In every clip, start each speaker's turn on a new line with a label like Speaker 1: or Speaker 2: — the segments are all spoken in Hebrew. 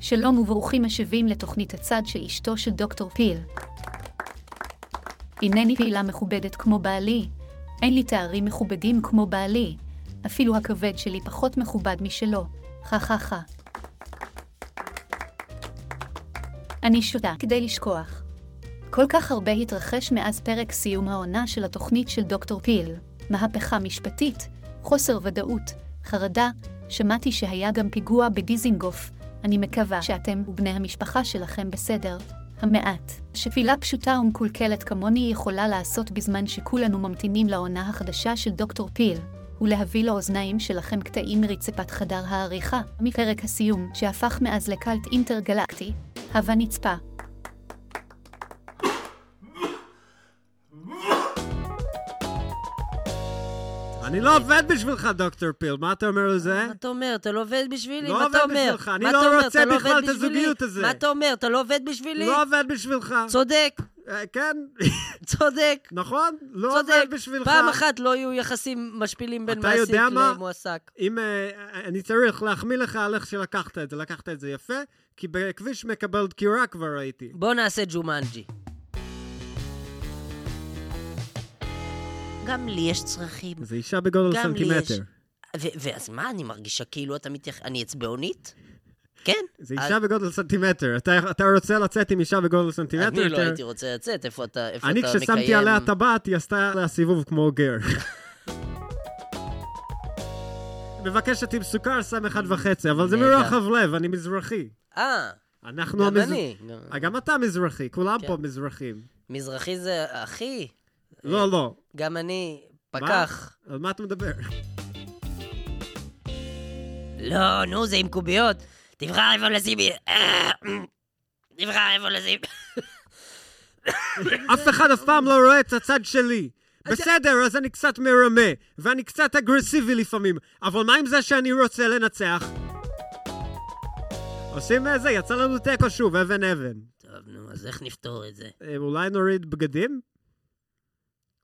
Speaker 1: שלום וברוכים השבים לתוכנית הצד של אשתו של דוקטור פיל. אינני פעילה מכובדת כמו בעלי, אין לי תארים מכובדים כמו בעלי, אפילו הכבד שלי פחות מכובד משלו, חה חה חה. אני שותה כדי לשכוח. כל כך הרבה התרחש מאז פרק סיום העונה של התוכנית של דוקטור פיל, מהפכה משפטית, חוסר ודאות, חרדה, שמעתי שהיה גם פיגוע בדיזינגוף, אני מקווה שאתם ובני המשפחה שלכם בסדר. המעט שפילה פשוטה ומקולקלת כמוני יכולה לעשות בזמן שכולנו ממתינים לעונה החדשה של דוקטור פיל, ולהביא לאוזניים שלכם קטעים מרצפת חדר העריכה, מפרק הסיום שהפך מאז לקאלט אינטרגלקטי, הווה נצפה.
Speaker 2: אני לא עובד בשבילך, דוקטור פיל, מה אתה אומר לזה?
Speaker 3: מה אתה אומר? אתה לא עובד בשבילי?
Speaker 2: אה? לא
Speaker 3: מה אתה
Speaker 2: עובד
Speaker 3: אומר?
Speaker 2: בשבילך, אני
Speaker 3: מה
Speaker 2: לא
Speaker 3: אתה אומר?
Speaker 2: רוצה
Speaker 3: אתה לא
Speaker 2: בכלל
Speaker 3: עובד
Speaker 2: את
Speaker 3: בשבילי?
Speaker 2: הזוגיות הזה.
Speaker 3: מה אתה אומר? אתה לא עובד בשבילי?
Speaker 2: לא עובד בשבילך.
Speaker 3: צודק,
Speaker 2: אה, כן,
Speaker 3: צודק,
Speaker 2: נכון? לא
Speaker 3: צודק.
Speaker 2: עובד בשבילך.
Speaker 3: פעם אחת לא יהיו יחסים משפילים בין
Speaker 2: אתה יודע
Speaker 3: מעסיק
Speaker 2: מה?
Speaker 3: למועסק.
Speaker 2: אם אה, אני צריך להחמיא לך על איך שלקחת את זה, לקחת את זה יפה, כי בכביש מקבל דקירה כבר ראיתי.
Speaker 3: בוא נעשה ג'ומנג'י. גם לי יש צרכים.
Speaker 2: זה אישה בגודל
Speaker 3: גם לי יש.
Speaker 2: סנטימטר.
Speaker 3: ו- ואז מה, אני מרגישה כאילו אתה מתייחס... אני אצבעונית? כן.
Speaker 2: זה אישה בגודל סנטימטר. אתה- אתה רוצה לצאת עם אישה בגודל סנטימטר?
Speaker 3: אני לא
Speaker 2: אתה-
Speaker 3: הייתי רוצה לצאת, איפה אתה איפה אתה
Speaker 2: אני
Speaker 3: מקיים...
Speaker 2: כששמתי עליה טבעת, היא עשתה עליה סיבוב כמו גר. מבקשת עם סוכר סם אחד וחצי, אבל זה
Speaker 3: נהדר.
Speaker 2: מרוחב לב, אני מזרחי.
Speaker 3: אה,
Speaker 2: אנחנו
Speaker 3: גם
Speaker 2: המז-
Speaker 3: אני.
Speaker 2: אה, גם אתה מזרחי, כולם
Speaker 3: כן.
Speaker 2: פה מזרחים.
Speaker 3: מזרחי זה אחי,
Speaker 2: לא, לא.
Speaker 3: גם אני
Speaker 2: מה?
Speaker 3: פקח.
Speaker 2: על מה אתה מדבר?
Speaker 3: לא, נו, זה עם קוביות. תבחר איפה לשים... אה, תבחר איפה לשים...
Speaker 2: אף אחד אף פעם לא רואה את הצד שלי. בסדר, אז אני קצת מרמה, ואני קצת אגרסיבי לפעמים, אבל מה עם זה שאני רוצה לנצח? עושים איזה, יצא לנו תיקו שוב, אבן אבן.
Speaker 3: טוב, נו, אז איך נפתור את זה?
Speaker 2: אה, אולי נוריד בגדים?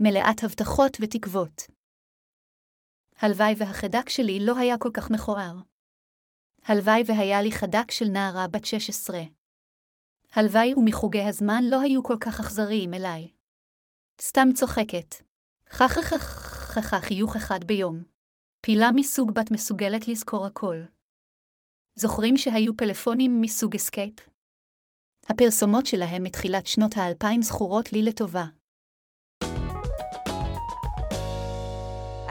Speaker 1: מלאת הבטחות ותקוות. הלוואי והחדק שלי לא היה כל כך מכוער. הלוואי והיה לי חדק של נערה בת 16. הלוואי ומחוגי הזמן לא היו כל כך אכזריים אליי. סתם צוחקת. חכככככה חיוך אחד ביום. פילה מסוג בת מסוגלת לזכור הכל. זוכרים שהיו פלאפונים מסוג אסקייפ? הפרסומות שלהם מתחילת שנות האלפיים זכורות לי לטובה.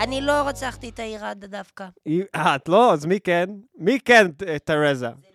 Speaker 3: אני לא רצחתי את העיראדה דווקא.
Speaker 2: אה, את לא? אז מי כן? מי כן, ת- תרזה?